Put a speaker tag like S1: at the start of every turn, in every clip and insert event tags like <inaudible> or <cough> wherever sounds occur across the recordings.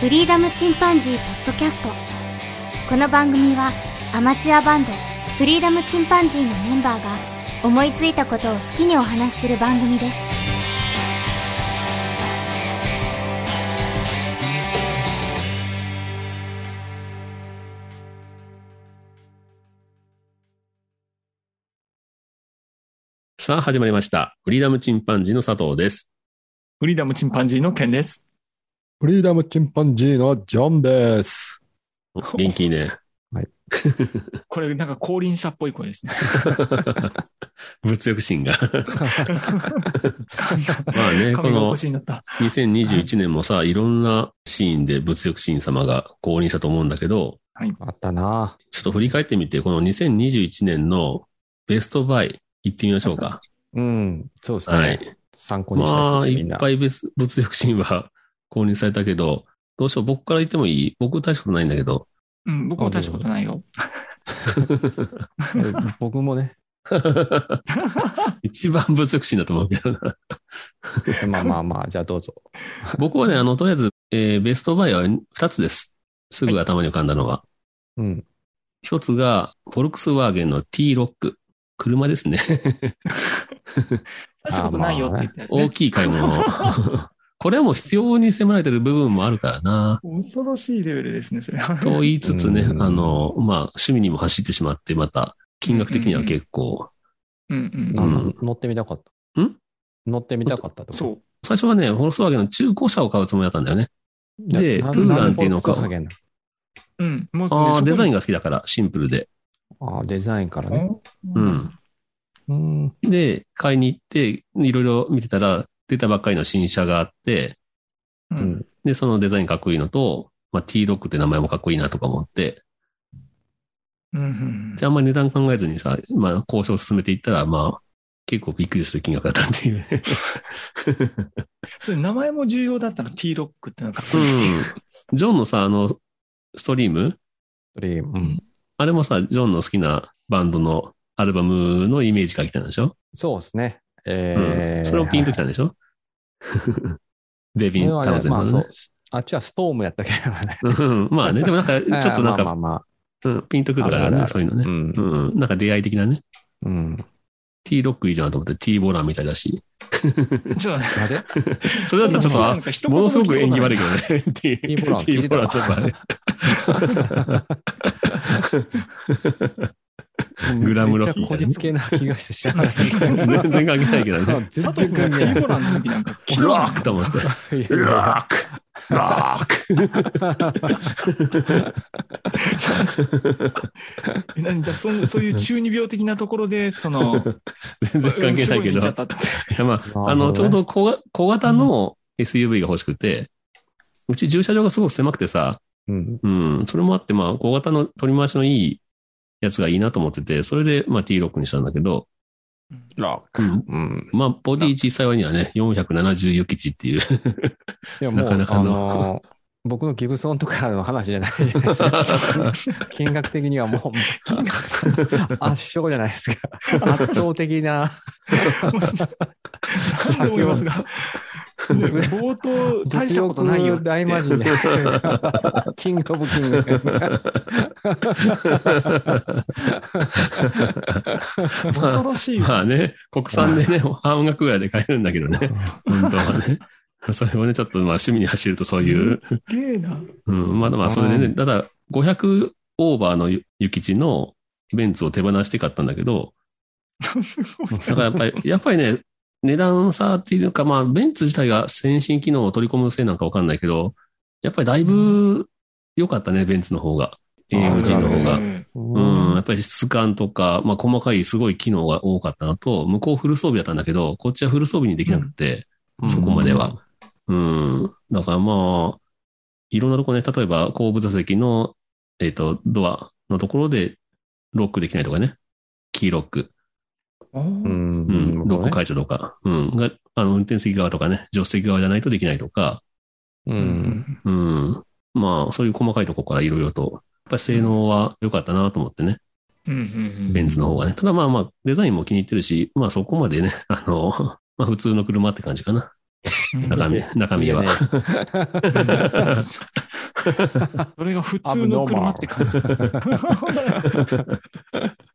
S1: フリーダムチンパンジーポッドキャストこの番組はアマチュアバンドフリーダムチンパンジーのメンバーが思いついたことを好きにお話しする番組です
S2: さあ始まりました。フリーダムチンパンジーの佐藤です。
S3: フリーダムチンパンジーのケンです。
S4: フリーダムチンパンジーのジョンです。
S2: お元気いいね。
S3: これなんか降臨者っぽい声ですね。
S2: 物欲心が。
S3: 神が
S2: まあね、 <laughs> こ
S3: 神が
S2: の
S3: 腰になった。
S2: 2021年もさ、いろんなシーンで物欲神様が降臨したと思うんだけど、
S4: あったな
S2: ちょっと振り返ってみて、この2021年のベストバイ、行ってみましょうか。
S4: うん、そうですね。
S2: はい。
S4: 参考にしたいですね
S2: まあ、
S4: み
S2: い
S4: んな
S2: っぱい別物欲神は降臨されたけど、どうしよう、僕から言ってもいい僕大したことないんだけど。
S3: うん、僕も大したことないよ。
S4: え <laughs> 僕もね、
S2: 一番物欲神だと思うけどな。
S4: まあまあまあ、じゃあどうぞ。
S2: 僕はね、あの、とりあえず、えーベストバイは2つです。すぐ頭に浮かんだのは。
S4: うん。
S2: 一つが、フォルクスワーゲンの T ロック。車ですね。
S3: 大したことないよって言ったやつ
S2: 大
S3: ね。
S2: きい買い物。 <laughs> これはもう必要に迫られてる部分もあるからな。
S3: 恐ろしいレベルですね、それは。
S2: と言いつつね、
S4: うん
S2: あの、まあ、趣味にも走ってしまって、また、金額的には結構。
S3: うんうん
S4: あ。
S2: うん
S4: の乗ってみたかった。
S2: ん
S4: 乗ってみたかったってこと
S3: そう。
S2: 最初はね、フォルクスワーゲンの中古車を買うつもりだったんだよね。
S4: な
S2: で、ト
S4: な
S2: ゥーランっていうのを買
S4: なん
S2: う。
S4: でフォルクス
S3: うん。もうね
S2: ああ、デザイン
S3: が。
S2: が好きだから、シンプルで。
S4: ワーゲンああ、デザインからね。
S3: お
S2: うん。
S4: うん。
S2: で、買いに行って、いろいろ見てたら、出たばっかりの新車があって、
S3: う。
S4: うんん。
S2: で、そのデザインかっこいいのと、まあ、T ロックって名前もかっこいいなとか思って、
S3: うんうん
S2: で、あんまり値段考えずにさ、まあ、交渉を進めていったら、まあ、結構びっくりする金額だったっていうね。
S3: それ名前も重要だったの、T ロックってなんかっこいいっていう。
S2: うん。 <laughs> ジョンのさ、あの、ストリーム
S4: それうん。
S2: あれもさ、ジョンの好きなバンドのアルバムのイメージから来たんでしょ、
S4: そうですね。
S2: う
S4: え
S2: ん。
S4: ー
S2: それをピンときたんでしょ、デビン・
S4: これ
S2: タ
S4: は
S2: ウ
S4: ね
S2: ゼン
S4: ま
S2: ド
S4: あ
S2: の
S4: そ
S2: ね
S4: う。。あっちはストームやったけどね。
S2: <laughs> うんまあ
S4: <laughs>
S2: ね、でもなんか、ちょっとなん
S4: まあ
S2: か、
S4: まあ
S2: う
S4: ま
S2: んピンとくるから
S4: あるあるあ
S2: ね、
S4: る
S2: そういうの
S4: あ。
S2: ね
S4: う。ん
S2: う。ん。なんか出会い的なね。
S4: うん。
S2: T ロックいいじゃんと思って T ボランみたいだし。
S3: ちょっとね
S4: なんで
S2: それだとちょっと、あ
S3: なんか一言
S2: ものすご
S3: も
S2: く
S3: 聞い
S2: 縁
S3: た
S2: 起
S3: こ
S2: 悪いけどね。 <laughs> テ
S4: ィーボラン
S2: ティーボランと
S4: 聞
S2: かね。
S4: <laughs>
S2: グラムロ
S4: めっちゃこじつけな気がしてしゃあない。
S2: 全然関係ないけど
S4: <laughs>
S2: ね。
S4: 全
S3: ない佐藤
S4: 然
S3: 君
S4: 関
S3: が
S4: 係
S3: T
S4: ない
S3: ボラン好きなんか。
S2: ロックと思って。
S4: いやいやい
S2: ロ
S4: や。
S2: ックロック
S3: えなんじゃあそ、そういう中二病的なところで、その、
S2: <laughs> 全然 <laughs> 関係ないけ
S3: うんすご見
S2: ど。
S3: ちゃっ
S2: い
S3: たって
S2: やまあ、あ
S4: なるほど
S2: の、
S4: ね
S2: ちょうど小が小型の SUV が欲しくて、うち駐車場がすごく狭くてさ、
S4: うん。
S2: うん、それもあって、まあ、小型の取り回しのいいやつがいいなと思ってて、それで、まあ、T ロックにしたんだけど、
S4: ロッ
S2: う
S4: ク。
S2: ん
S4: うん。
S2: まあ、ボディ小さい割にはね、470ユキチっていう。
S4: でももう、
S2: なかなかの
S4: あのー僕のギブソンとかの話じゃないじゃないですか。金額的にはもう、金額圧勝じゃないですか。圧倒的な。
S3: 何度も言いますが、ね冒頭、大したことないよ <laughs>
S4: 物。欲大魔人じゃないですか。キングオブキング。
S3: 恐ろしいよ。
S2: まあね、国産でね、半額ぐらいで買えるんだけどね、本当はね。それをね、ちょっとまあ趣味に走るとそういう、
S3: すげえな。
S2: うん、まだまあそれで
S4: う
S2: ね、ただ500オーバーのゆ諭吉のベンツを手放して買ったんだけど、
S3: すごい。
S2: だからやっぱり、やっぱりね、値段差っていうか、まあベンツ自体が先進機能を取り込むせいなんかわかんないけど、やっぱりだいぶ良かったね、ベンツの方が。AMG の方が。うん、やっぱり質感とか、まあ、細かいすごい機能が多かったのと、向こうフル装備だったんだけど、こっちはフル装備にできなくて、
S4: うん
S2: そこまでは。うん。だからまあ、いろんなとこね、例えば後部座席の、えっ、と、ドアのところでロックできないとかね。キーロック。
S3: う
S4: う
S3: ん
S4: ん。
S2: う。
S4: うんん
S2: ロック解除とか。うん。が、あの、運転席側とかね、助手席側じゃないとできないとか。
S4: うん。
S2: うん。まあ、そういう細かいとこからいろいろと。やっぱり性能は良かったなと思ってね。
S3: うん
S2: ベンツの方がね。 <laughs> ただまあまあ、デザインも気に入ってるし、まあそこまでね、あの、まあ普通の車って感じかな。中身、中身は。
S3: それが普通の車って
S2: <laughs>
S3: 感じ。や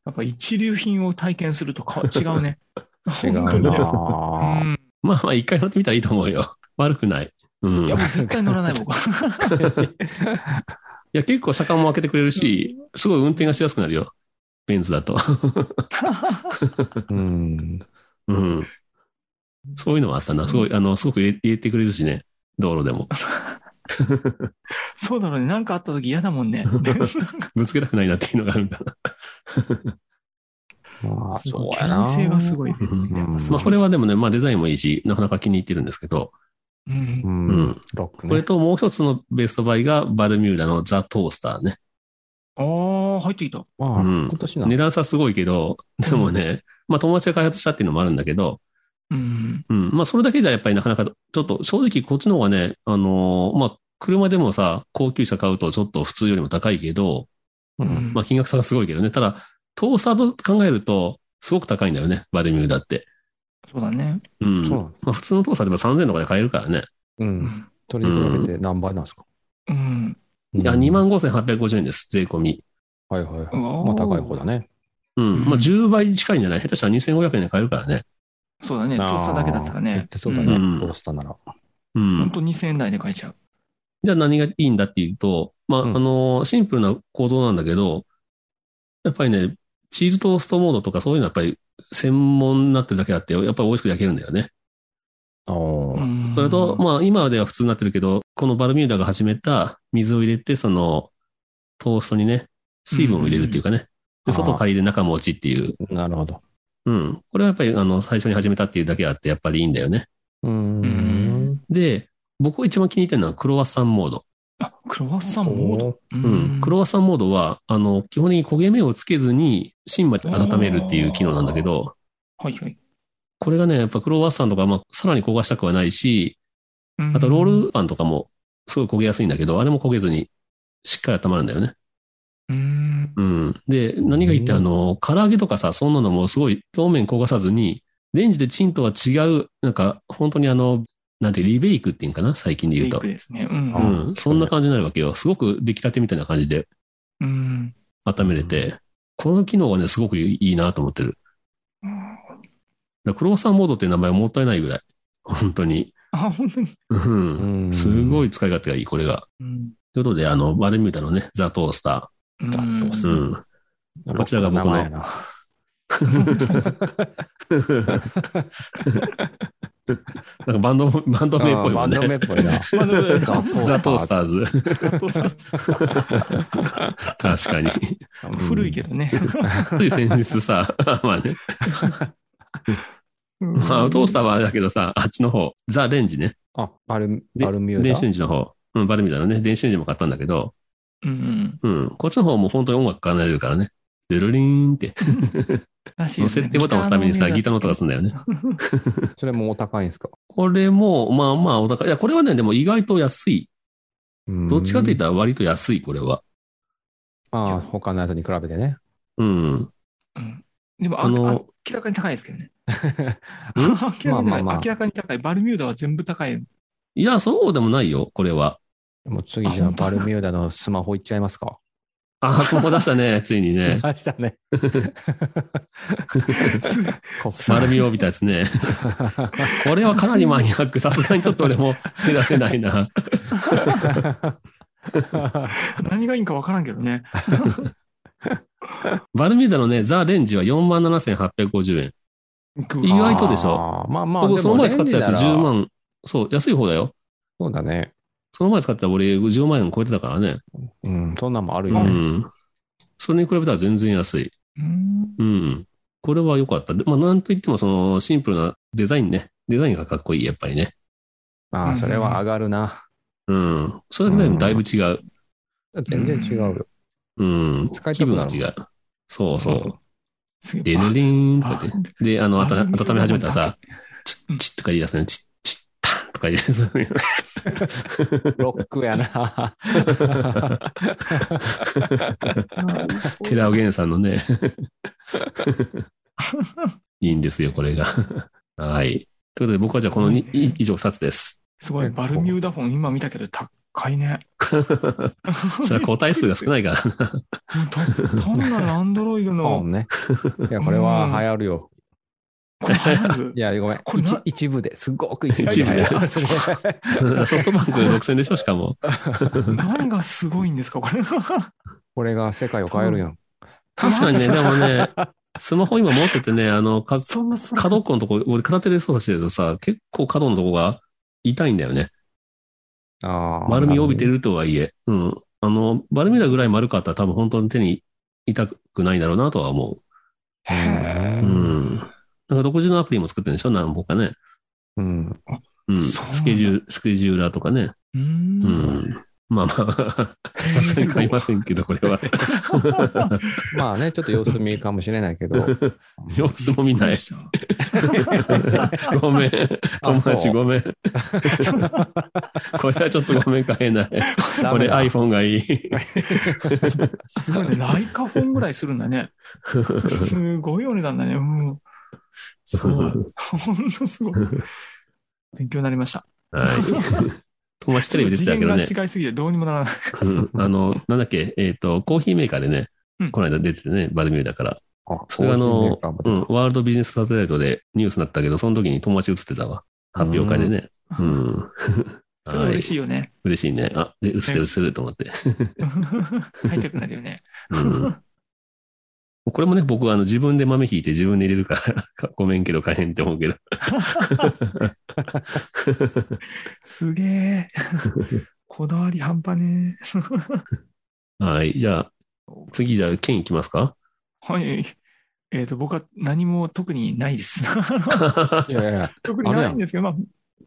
S3: っぱ一流品を体験するとか違うね。
S4: 違う
S3: う
S4: なぁ
S3: ん
S2: まあまあ、一回乗ってみたらいいと思うよ。悪くない。うん。
S3: い
S2: い
S3: や、
S2: や、
S3: もう絶対乗らない、僕。
S2: 結構車間も開けてくれるし、すごい運転がしやすくなるよ。ベンツだと。
S4: うん。
S2: うん。そういうのはあったな。すごい、あの、すごく入れ入れてくれるしね。道路でも。 <laughs>
S3: そうだろうね。なんかあった時嫌だも
S2: <laughs>
S3: んね。
S2: ぶつけたくないなっていうのがあるんだな。
S4: まあ、そうやな
S3: 男性がすごい。
S4: うん
S2: まあ、これはでもね、まあ、デザインもいいし、なかなか気に入ってるんですけど、
S3: うん
S4: う
S2: うんん。
S4: ロック
S2: これ
S4: ね。
S2: ともう一つのベストバイが、バルミューダのザ・トースターね。
S3: ああ、入ってきた。
S4: まあ、
S2: うん
S4: 今年な
S2: 値段差すごいけど、でもね、まあ、友達が開発したっていうのもあるんだけど、
S3: うん。
S2: うん。まあ、それだけじゃやっぱりなかなか、ちょっと正直こっちの方がね、あのーまあ、車でもさ、高級車買うとちょっと普通よりも高いけど、
S4: うん
S2: まあ、金額差がすごいけどね。ただ、トースターと考えると、すごく高いんだよね、バルミューダって。
S3: そうだね。
S2: うん。
S4: そうなんで
S2: まあ、普通のトースターでも3000とかで買えるからね。
S3: う
S4: う。
S3: んん。
S4: 取り比べて何倍なんですか
S3: うん。
S2: いや、25,850円です、税込み。
S4: はいはいはい。
S3: うわー
S4: まあ、高い方だね。
S2: うん。まあ、10倍近いんじゃない下手したら2500円で買えるからね。
S3: そうだね。トースターだけだったら
S4: あー言っ
S3: ね。
S4: てそうだね、
S2: うん
S4: トースターなら。
S2: う
S3: うん本
S2: ん。
S3: 当2000円台で買えちゃう。
S2: じゃあ何がいいんだっていうと、まあ、
S4: うん
S2: あのー、シンプルな構造なんだけど、やっぱりね、チーズトーストモードとかそういうのはやっぱり専門になってるだけあって、やっぱり美味しく焼けるんだよね。
S4: おー
S3: うん
S2: それと、
S3: あ、
S2: まあ今では普通になってるけど、このバルミューダが始めた水を入れて、そのトーストにね、水分を入れるっていうかね。
S4: うん
S2: で外借りで中も落ちっていう。
S4: なるほど。
S2: うん。これはやっぱりあの最初に始めたっていうだけあって、やっぱりいいんだよね。
S4: うー
S3: うん
S4: ん。
S2: で、僕が一番気に入ってるのはクロワッサンモード。
S3: あクロワッサンモード。う
S2: うん。クロワッサンモードは、あの、基本的に焦げ目をつけずに芯まで温めるっていう機能なんだけど、
S3: はいはい。
S2: これがね、やっぱクロワッサンとか、まあ、さらに焦がしたくはないし、
S3: うん
S2: あとロールパンとかも、すごい焦げやすいんだけど、あれも焦げずに、しっかり温まるんだよね。
S3: うん。
S2: うん。で、何が言って、
S4: うん
S2: あの、唐揚げとかさ、そんなのもすごい表面焦がさずに、レンジでチンとは違う、なんか、本当にあの、なんていう、リベイクっていうんかな、最近で言
S3: メ
S2: う
S3: イ
S2: と
S3: ク。ですね。うん
S2: う。ん。そんな感じになるわけよ。すごく出来立てみたいな感じで
S3: うん。
S2: 温めれて、この機能はね、すごくいいなと思ってる。だからクロワッサンモードっていう名前はもったいないぐらい。本当に。
S3: あ、本当に。
S2: うん。
S4: うん
S2: すごい使い勝手がいい、これが。
S3: うん。
S2: ということで、あの、バルミューダのね、ザ・トースタ
S3: うん
S4: ざっと押す
S2: ー。
S4: <laughs>
S2: うん。こちらが僕の
S4: 名前やな。
S2: なんかバンド、バンド名っぽいも
S4: あ
S2: ん
S4: ーバンド名
S2: ね。
S4: っぽいな。
S3: まあでもね
S4: ザ
S2: <laughs> ザ・トースターズ。
S3: 古
S2: 確かに。
S3: いけどね。
S2: つい先日さ、まあね、まあ、トースターはあれだけどさ、あっちの方、ザ・レンジね。
S4: ど。あ、バル
S2: で
S4: バルミュ
S2: 電子レ
S4: ー
S2: ンジの方。うん、バルミューダのね、電子レンジも買ったんだけど、
S3: うん。
S2: うん、こっちの方も本当に音楽奏でるからね。ドゥルリーンって、
S3: らし
S2: その
S3: いですね
S2: 設定ボタンを押すためにさ、ギターの音がす
S3: る。
S2: るんだよね。
S4: ダ。それもお高いんですか
S2: これも、まあまあ、お高い。いや、これはね、でも意外と安い。どっちかという
S4: と。
S2: と割と安い、これは。
S4: ああ、他のやつに比べてね。
S2: うん。
S3: うんでも、あ
S2: あ
S3: の
S2: の、
S3: 明らかに高いですけ
S2: <laughs>
S3: どね。
S4: うん
S3: <laughs> 明らかに高い、
S4: まあまあまあ
S3: 明らかに高い。バルミューダは全部高い。 <laughs>
S2: いや、そうでもないよ、これは。
S4: もう次じ
S3: あ
S4: ゃあ
S3: 本当
S4: バルミューダのスマホいっちゃいます
S3: <laughs>
S4: か。
S2: あ、そこ出したね、ついにね。
S4: ましたね。
S3: す
S4: こ
S2: 丸みを帯びたやつね。これはかなりマニアック。さすがにちょっと俺も手出せないな。
S4: <laughs>
S3: 何がいいんか分からんけどね。
S2: バルミューダのね、ザ・レンジは47,850円。意外とでしょ。
S4: ょ。まあまあ、
S2: 僕、その前使ったやつ
S4: でも
S2: 10
S4: レンジなら。
S2: 万。そう、安い方だよ。
S4: そうだね。
S2: その前使ったら俺10万円超えてたからね。
S4: うん、そんなんもある
S2: う
S4: よね。
S2: ん。それに比べたら全然安い。
S3: うん
S2: うん。これは良かった。でまあ、なんといってもそのシンプルなデザインね。デザインがかっこいい、やっぱりね。
S4: ああ、それは上がるな。
S2: うん。それだけでもだいぶ違う。
S4: 全然違うよ。
S2: うん。
S4: 使いた
S2: 気
S4: く
S2: 分
S4: な
S2: が
S4: る
S2: 違う。そうそう。
S3: すげえ
S2: でねりーんとか言って。で、あの、あた
S3: あれ
S2: 温め始めたらさ、チ
S3: うん
S2: ッ、チッとか言い出すね。チッ、チッ、タンとか言い出すね。
S4: ロックや
S3: <laughs>
S4: な。
S2: 寺尾源さんのね。いいんですよ、これが。はい。ということで僕はじゃあこのにい以上2つです。
S3: すごい、バルミューダフォン今見たけど高い
S2: <laughs>
S3: ね。
S2: それは個体数が少ないから。
S3: た単なるアンドロイ
S2: <laughs>
S3: ド
S4: も
S3: の
S4: う、ね。いや、これは流行るよ。
S3: これ早く
S4: いや、ごめん。
S3: これな
S4: 一一部ですごく一部
S2: 一部で
S4: 流行る <laughs> それ
S2: ソフトバンク独占でしょ、しかも。
S3: 何がすごいんですか、これは。
S4: これが世界を変えるやん。
S2: 確かにね、でもね、スマホ今持っててね、あの、か
S3: そんなそれ
S2: 角っこのとこ、俺片手で操作してるとさ、結構角のとこが痛いんだよね。
S4: あー
S2: 丸みを帯びて。るとはいえ。うん。あの、バルミューダぐらい丸かったら多分本当に手に痛くないんだろうなとは思
S4: へ
S2: う。う
S4: ー
S2: ん。なんか独自のアプリも作ってるんでしょ何本かね。
S4: うん。
S2: うん。
S3: そうなんだ
S2: スケジュール、スケジューラーとかね。
S3: う。
S2: うんん。まあまあ、さすがに買いませんけど、これは。
S4: まあね、ちょっと様子見かもしれないけど。
S2: 様子も見
S3: <laughs>
S2: ない。ごめん。友達ごめん。これはちょっとごめん、買えない。
S4: ダ
S2: こ
S4: メ
S2: れ
S4: だ
S2: iPhone がいい。 <laughs>
S3: すごいね。ライカフォンぐらいするんだね。すごいお値段だね。うん。そう。ほんとすごい。勉強になりました。
S2: はい。友達テレビ出て
S3: 次
S2: たけ
S3: 元
S2: ど
S3: が
S2: ね。
S3: 違いすぎてどうにもならない。
S2: うんあの、なんだっけ、えっ、と、コーヒーメーカーでね、
S3: うん
S2: この間出ててね、バルミューダから。
S4: あ
S2: それがあ
S4: コー
S2: の
S4: ヒーメー、カーも
S2: う
S4: 出
S2: ん
S4: た、
S2: ワールドビジネスサテライトでニュースになったけど、その時に友達映ってたわ。発表会でね。 <laughs> うん。
S3: それは嬉しいよね。
S2: 嬉しいね。あ、で、映ってる映ってると思って。
S3: 入いたくなるよね。
S2: うん、 <laughs> これもね、僕はあの自分で豆引いて自分で入れるから、 <laughs> ごめんけど買えんって思うけど。
S3: <laughs> すげえ。こだわり半端ね
S2: はい。じゃあ、次、じゃあ、剣いきますか
S3: え。はい。えっ、と、僕は何も特にないです。 <laughs>
S4: いやいやいや、
S3: 特にないんですけど、まあ、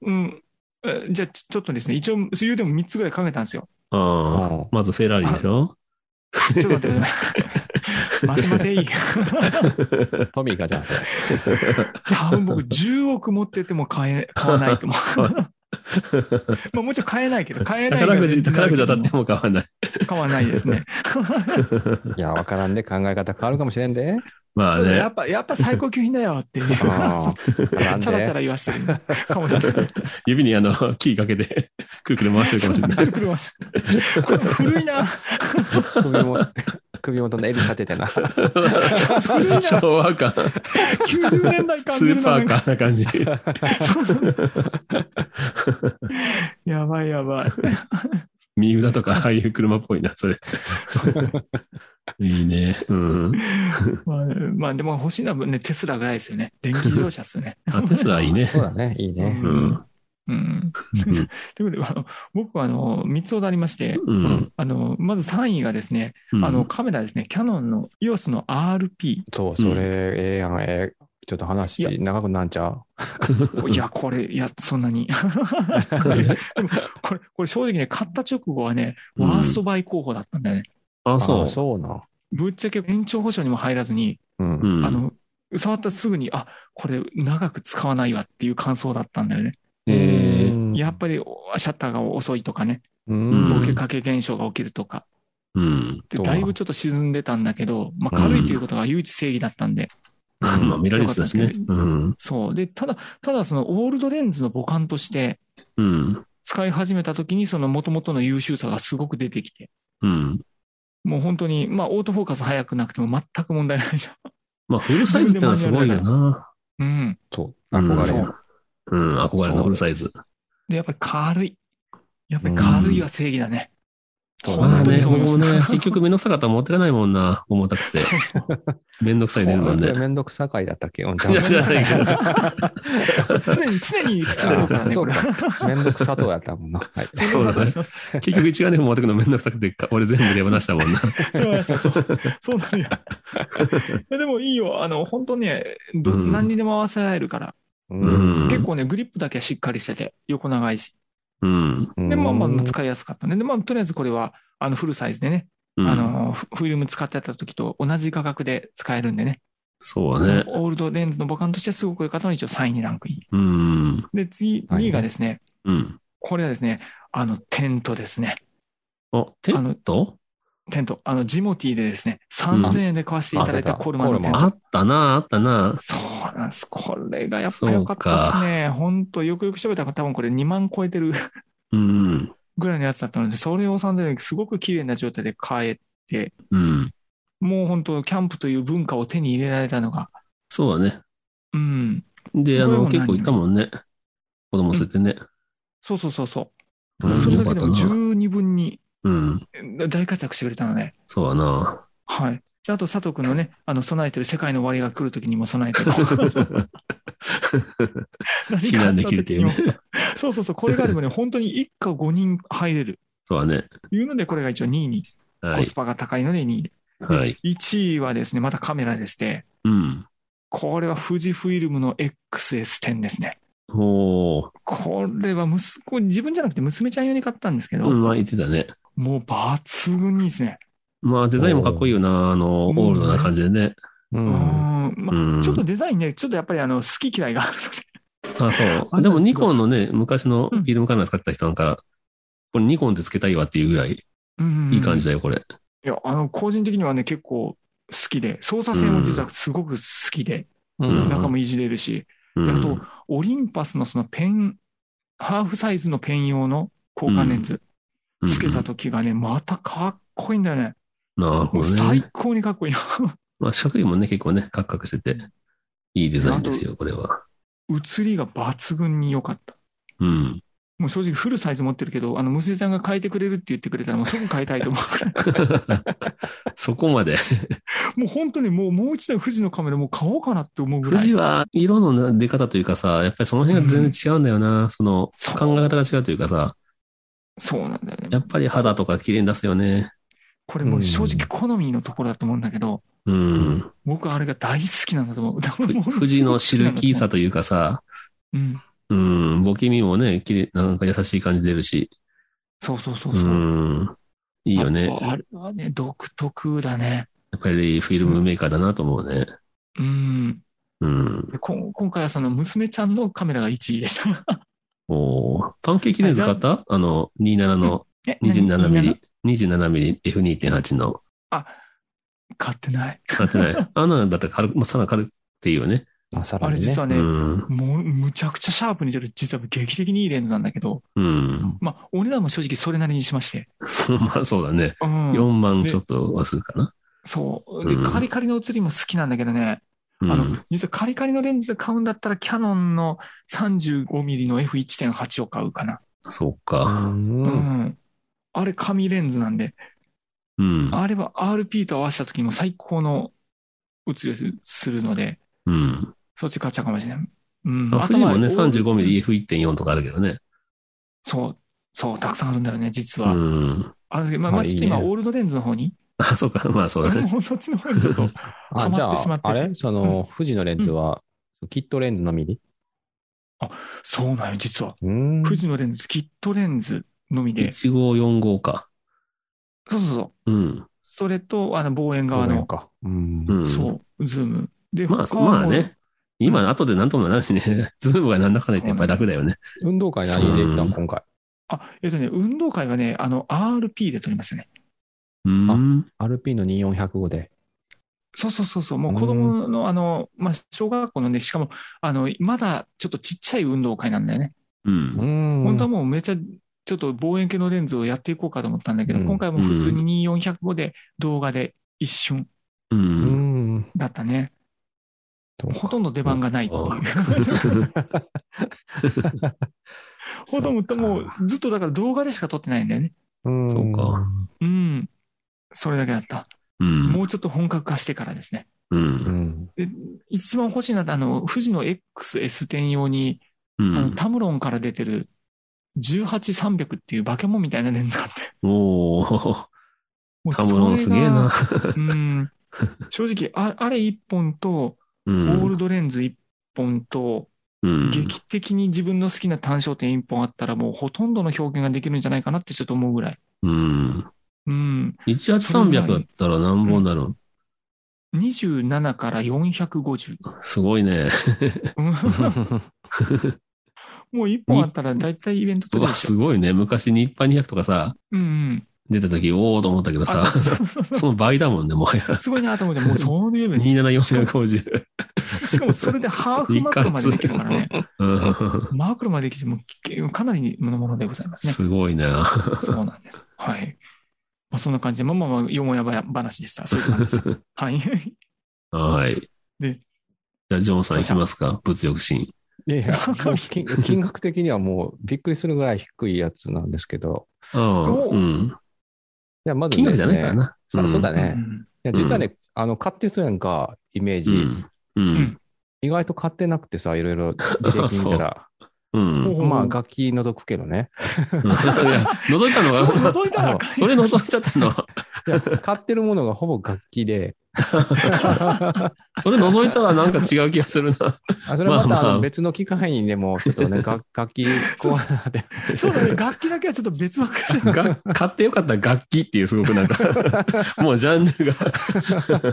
S3: うん。えじゃあ、ちょっとですね、一応、水曜でも3つぐらい考えたんですよ。
S2: ああ。
S4: うん
S2: まずフェラーリでしょ
S3: ちょっ
S2: <laughs>
S3: と待ってください。待て待ていい。
S4: トミーがじゃん。それ
S3: 多分僕10億持ってても買え、買わないと思
S2: <laughs>
S3: う。まあもちろん買えないけど、買えない
S2: 宝くじ、宝くじ当たっても買わない。
S3: 買わないですね。
S4: いや、わからんで、考え方変わるかもしれんで。
S2: <laughs> まあね。
S3: やっぱ、やっぱ最高級品だよ
S2: <laughs>
S3: っていう。チ
S4: あーわからん
S3: ャラチャ
S4: で。
S3: ラ言わしてるかもしれ
S2: <laughs>
S3: ない。
S2: 指にあの、キーかけて、 <laughs> くるくる回してるかもしれな
S3: く
S2: い
S3: る。くる回すこれ古いな。
S4: 首も首元の襟立ててな。
S3: 古いな。
S2: 昭和感、
S3: 90年代感
S2: ス
S3: じる
S2: ーパ
S3: な。
S2: ーカーな感じ。 <laughs>
S3: やばいやばい。
S2: ミウダとか、ああいう車っぽいな、 <laughs> それ。いいね。うん。
S3: まあ、まあでも欲しいのはね、テスラぐらいですよね。電気自動車ですよね。
S2: あ、テスラいいね。
S4: そうだね、いいね。
S2: うん。
S3: うん。ということで、あの僕はあの3つほどありまして、
S2: うん。
S3: あのまず3位がですね、
S2: うん。
S3: あの、カメラですね、キャノンの EOS の RP。
S4: そう、それ、ええやん、ええちょっと話長くなんちゃ
S2: <laughs>
S4: う
S3: いや、これ、いや、そんなに。 <laughs> でもこれ、これ正直ね、買った直後はね、
S2: うん
S3: ワーストバイ候補だったんだよね。
S2: あ、
S4: あ
S2: そう。
S4: そうなん。
S3: ぶっちゃけ延長保証にも入らずに、
S4: うん
S2: う。ん。
S3: あの、触ったすぐに、あ、これ長く使わないわっていう感想だったんだよね。
S2: えー
S4: うん
S3: やっぱりおシャッターが遅いとかね、
S4: う
S3: 老
S4: ん
S3: 朽化け現象が起きるとか、
S2: うん。
S3: で
S4: そう
S3: だいぶちょっと沈んでたんだけど、まあ、軽いということが唯一正義だったんで、
S2: まあ、見られてたしね。うん。
S3: そう。で、ただ、ただそのオールドレンズの母艦として、
S2: うん。
S3: 使い始めた時にその元々の優秀さがすごく出てきて、
S2: うん。
S3: もう本当に、まあオートフォーカス早くなくても全く問題ないじ
S2: まあ、フルサイズってのはすごいよな。
S3: ゃん。うん。
S4: そう、
S2: うん
S4: 憧れ
S3: そ
S4: る
S3: う。
S2: うん、憧れのフルサイズ。
S3: で、やっぱり軽い。やっぱり軽いは正義だね。
S4: そう
S2: まあ
S3: 本当
S2: ね、
S3: にそう
S2: 僕
S3: 思い
S2: も
S3: ます
S2: ね、結局目のさかった持ってかないもんな、重たく
S3: <laughs>
S2: て。めんどくさい出るもんね。
S4: めんどくさかいだったっけうん
S2: いや、じゃないけど。
S3: 常に、常に使ってるからね、
S4: そ
S3: こ
S4: う
S3: れ。
S4: か。めんどくさとやったもんな。はい。
S2: そうだね。結局一眼レフ持ってくのめんどくさくて、俺全部手放したもんな。
S3: そうそうそうなるよ。いやでもいいよ。あの、本当ね、ど
S2: うん
S3: 何にでも合わせられるから、
S2: うん
S3: 結構ね、グリップだけはしっかりしてて、横長いし。
S2: うん。
S4: うん
S3: で、まあまあ使いやすかったね。で、まあとりあえずこれは、あの、フルサイズでね、
S2: うん
S3: あの、フフィルム使ってた時と同じ価格で使えるんでね。
S2: そうだね
S3: そ。のオールドレンズの母艦としてすごく良かったので、一応3位にランクイン。
S2: うん。
S3: で、次、
S4: はい
S3: 2位がですね、
S2: うん。
S3: これはですね、あの、テントですね。
S2: あ、テント
S3: テント、あの、ジモティーでですね、3000円で買わせていただいた
S4: うんあ
S3: コルマのテン
S4: コ
S3: ト。
S4: ル
S2: あったな、あったな。
S3: そうなんです。これがやっぱ良かったですね。本当よくよく調べたら多分これ2万超えてる
S2: うん、
S3: ぐらいのやつだったので、それを3000円ですごく綺麗な状態で買え、
S2: うん。
S3: もう本当キャンプという文化を手に入れられたのが、
S2: そうだね。
S3: うん。
S2: で、あ
S3: これも
S2: の、
S3: 何
S2: 結構いたもんね。子供連れてね。
S3: そうそうそうそうう。
S2: ん
S3: それだけで
S2: よか
S3: も
S2: ったな
S3: 十二分に
S2: うん、
S3: 大活躍してくれたので、
S2: そうだな。
S3: はい。であと、佐藤君のね、あの、備えてる世界の終わりが来るときにも備え
S2: <laughs>
S3: てる。
S2: 避難できるっていうね
S3: 何かあった時にも。そうそうそう、これがあればね、本当に一家5人入れる。
S2: そうだね。
S3: いうので、これが一応2位に、
S2: は
S3: コ
S2: い
S3: ス。パが高いので2位。
S2: はい。
S3: 1位はですね、またカメラでして、
S2: うん。
S3: これは富士フイルムの XS10 ですね。
S2: おー。
S3: これは息子、自分じゃなくて娘ちゃん用に買ったんですけど、
S2: うん、まあ言ってたね。
S3: もう抜群にいいですね。
S2: まあデザインもかっこいいよな、あの、オ
S3: うん
S2: ールドな感じでね。
S4: う。
S3: うんん。まあ
S2: うん
S3: ちょっとデザインね、ちょっとやっぱりあの、好き嫌いが
S2: <laughs>
S3: あるので
S2: あ、そう。でもニコンのね、昔のフィルムカメラ使ってた人なんか、これニコンでつけたいわっていうぐらい、いい感じだよ、これ。
S3: いや、あの、個人的にはね、結構好きで、操作性も実はすごく好きで、
S4: う
S2: うん
S3: 中もいじれるし、
S2: う
S3: であと
S2: ん。、
S3: オリンパスのそのペン、ハーフサイズのペン用の交換レンズつけた時がね、またかっこいいんだよね。
S2: うんなる
S3: も
S2: ほ
S3: う
S2: どね
S3: 最。高にかっこいい。 <laughs>
S2: まあ四角いもんね、結構ね、カクカクしてて、いいデザインですよ、これは。
S3: 写りが抜群に良かった。 <laughs>
S2: うん。
S3: もう正直フルサイズ持ってるけど、あの、娘さんが変えてくれるって言ってくれたらもうすぐ変えたいと思う <laughs> くらい。
S2: そこまで。
S3: もう本当にもう、もう一台富士のカメラもう買おうかなって思うぐ
S2: 富
S3: らい
S2: 士。は色の出方というかさ、やっぱりその辺が全然違うんだよな。その
S3: そう
S2: 考え方が違うというかさ、
S3: そうなんだよね。
S2: やっぱり肌とか綺麗に出すよね。
S3: これもう正直好みのところだと思うんだけど、
S2: うん。
S3: 僕はあれが大好きなんだと思
S2: <laughs>
S3: う。<laughs>
S2: 富士のシルキーさ
S3: と。
S2: というかさ、
S3: うん。
S2: うん、ボケ身もね、綺麗、なんか優しい感じ出るし。
S3: そうそうそう
S2: う
S3: そう。
S2: ん。いいよね。
S3: あと
S2: や
S3: あれはね、独特だね。
S2: っぱりフィルムメーカーだなと思うね。
S3: うん。
S2: うん。
S3: でこん今回はその娘ちゃんのカメラが1位でした。 <laughs>
S2: おーパンケーキレンズ買ったあの、27の
S3: え
S2: 27ミ。
S3: 何
S2: リ、27ミリ F2.8 の。
S3: 買ってない。
S2: 買って
S3: <laughs>
S2: ない。あんなのだったら軽く、まあ、さら軽くていいよね。
S4: あさ
S3: あ
S4: ら
S3: れ
S4: にね
S3: 実。は
S2: う
S3: ね、
S2: ん。
S3: もうむちゃくちゃシャープに出る、実は劇的にいいレンズなんだけど、
S2: うん。
S3: まあ、お値段も正直それなりにしまして。
S2: そう、まあそうだね。
S3: うん。
S2: 4万ちょっとはするかな。
S3: そう。で
S2: う、ん
S3: カリカリの写りも好きなんだけどね、
S2: う
S3: あの
S2: ん。、
S3: 実はカリカリのレンズで買うんだったら、キャノンの35ミリの F1.8 を買うかな。
S2: そう
S4: う。
S2: か。
S3: うんん。あれ、紙レンズなんで、
S2: うん。
S3: あれは RP と合わせた時にも最高の写りをするので、
S2: うん。
S3: そっち買っちゃうかもしれない。うん。
S2: まあ富士もね、35ミ
S3: リ。
S2: リ F1.4 とかあるけどね。
S3: そう、そう、たくさんあるんだよね、実
S2: う
S3: は。
S2: ん。
S3: あるんですけど、まあ、
S4: ま
S3: まあ、
S4: あ
S3: ちょっと今、
S4: いいね
S3: オールドレンズの方に、
S2: あ、そうか。まあそうだね。
S3: もうそっちの方にちょっと、
S4: あ、じ
S3: ハマってしま
S4: ゃ
S3: っ
S4: あ
S3: て、て
S4: あれその、富士のレンズは、キットレンズのみに
S3: そうなんよ、実は。
S4: うん。
S3: 富士のレンズ、キットレンズのみで、
S2: 1545か。
S3: そうそうそう。
S2: うん。
S3: それと、あの、望遠側
S4: の
S3: の、
S4: か。うん
S2: う。ん。
S3: そう、ズーム。で、
S2: まあ、
S3: 他はもう
S2: まあね。。今、後で何ともなるしね。 <laughs> ズームが何らかでってやっぱり楽だよね。
S4: 運動会何で行った
S2: うん
S4: ん今回。
S3: あ、えっとね、運動会はね、あの、RP で撮りましたね。
S2: う
S4: だ
S2: ん。
S4: RP の2405で。
S3: そうそうそうそう、もう子供の、あの、まあ、小学校のね、しかも、あの、まだちょっとちっちゃい運動会なんだよね。
S2: うん。
S4: ん
S3: 本当はもうめちゃ、ちょっと望遠鏡のレンズをやっていこうかと思ったんだけど、
S4: うん
S3: 今回はもう普通に2405で動画で一瞬
S2: う。
S4: うんん。
S3: だったね。
S4: そうか
S3: ほとんど出番がないっていう。 <laughs> ほとんどもうずっとだから動画でしか撮ってないんだよね。
S4: うん
S2: そうか。
S3: うん。それだけだった。
S2: う
S3: も
S2: ん。
S3: うちょっと本格化してからですね。
S2: う。
S4: うんん。
S3: で一番欲しいなって、あの、富士の XS10 用に、
S2: う
S3: あの
S2: ん。
S3: タムロンから出てる18300っていう化け物みたいなレンズがあって。
S2: おー。
S3: もう
S2: タムロンす
S3: それ
S2: げえ
S3: が
S2: な。。
S3: うん。正直、ああれ1本と、
S2: う
S3: オー
S2: ん。
S3: ルドレンズ1本と、
S2: うん。
S3: 劇的に自分の好きな単焦点1本あったら、もうほとんどの表現ができるんじゃないかなってちょっと思うぐらい。
S2: うん。
S3: うん。
S2: 18300だったら何本だろう。
S3: 27から450。
S2: <laughs> すごい
S3: <laughs>
S2: ね。
S3: うんもう1本あったら大体イベントと
S2: う
S3: か
S2: わ、
S3: でし
S2: す
S3: ょ。
S2: ごいね。昔、日派200とかさ、
S3: うんうん。
S2: 出た時、おおと思ったけどさ
S3: あ、そうそうそう
S2: <laughs> その倍だもんね、もはや。
S3: すごいなと思って、もうそうい
S2: <laughs>
S3: う意味
S2: 27450。
S3: しかもそれでハーフマクロまでできるからね。
S2: うん
S3: マクロまでできてもうかなりのものでございますね。
S2: すごいな。
S3: そうなんです。はい。まあ、そんな感じで、まあまあまあ、よもやばや話でした。そういう感じです。はい。
S2: はい。
S3: で
S2: じゃあ、ジョンさんいきますか物欲シーン。
S4: い
S3: <laughs>
S4: やいや、もう金金額的にはもうびっくりするぐらい低いやつなんですけど、
S2: ああ、
S3: お
S2: うん。
S4: いや、まず
S2: 金額
S4: で
S2: じ
S4: す
S2: ゃないから
S4: ね、
S2: な。
S4: そうそう
S3: <laughs>
S4: だ
S3: う
S4: ね。
S3: ん
S4: いや、実はね、あの、買ってそうやんか、イメー
S2: う
S4: ジ。
S2: ん。うん。
S4: 意外と買ってなくてさ、いろいろ
S3: <laughs>
S4: 履歴見たら。
S2: うん。
S3: そう
S4: まあ、楽器覗くけどね。
S2: <laughs> いや覗いたの
S3: そう
S2: は、
S3: 覗いたら、
S2: それ覗いちゃったのは、
S4: <laughs> 買ってるものがほぼ楽器で、
S2: それ覗いたらなんか違う気がするな。
S4: あそれま
S2: まあ
S4: たあ
S2: まあ
S4: の別の機会にでも、ちょっと
S2: <laughs>
S4: ね、楽楽器コーナー
S3: <laughs>
S4: で。
S3: そうだね。楽器だけはちょっと別枠で。
S2: が買ってよかった楽器っていうすごくなん
S3: <laughs>
S2: か、もうジャンルが。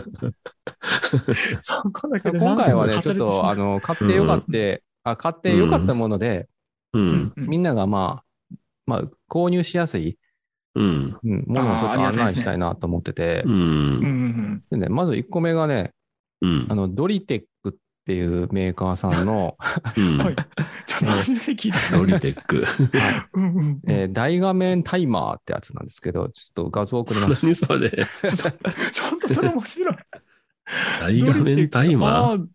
S3: そこだけで
S4: 今回はね、ちょっ
S3: 語れてし
S4: と、
S3: ま
S4: あ
S3: う
S4: の、買ってよかった、あ買ってよかったもので、
S2: うん。
S3: うん
S4: みんながまあ、まあ、購入しやすい、
S2: うん。
S4: うん、ものをちょっ
S3: あーあ
S4: と
S3: りが
S4: 案
S3: たいですね
S4: 内したいなと思ってて
S2: う、
S3: うん
S2: ん。
S3: うん
S4: でね、まず1個目がね、
S2: うん
S4: あ。の、ドリテックっていうメーカーさんの、
S2: うん
S3: うん。はい。ちょっと初めて聞いた。
S2: ドリテック。
S3: うんうんうん
S4: えー大画面タイマーってやつなんですけど、ちょっと画像送り
S3: <laughs>
S4: ます。
S2: 何それ
S3: ちょっとそれ面
S4: <laughs>
S3: 白い。
S2: 大画面タイマー
S3: あー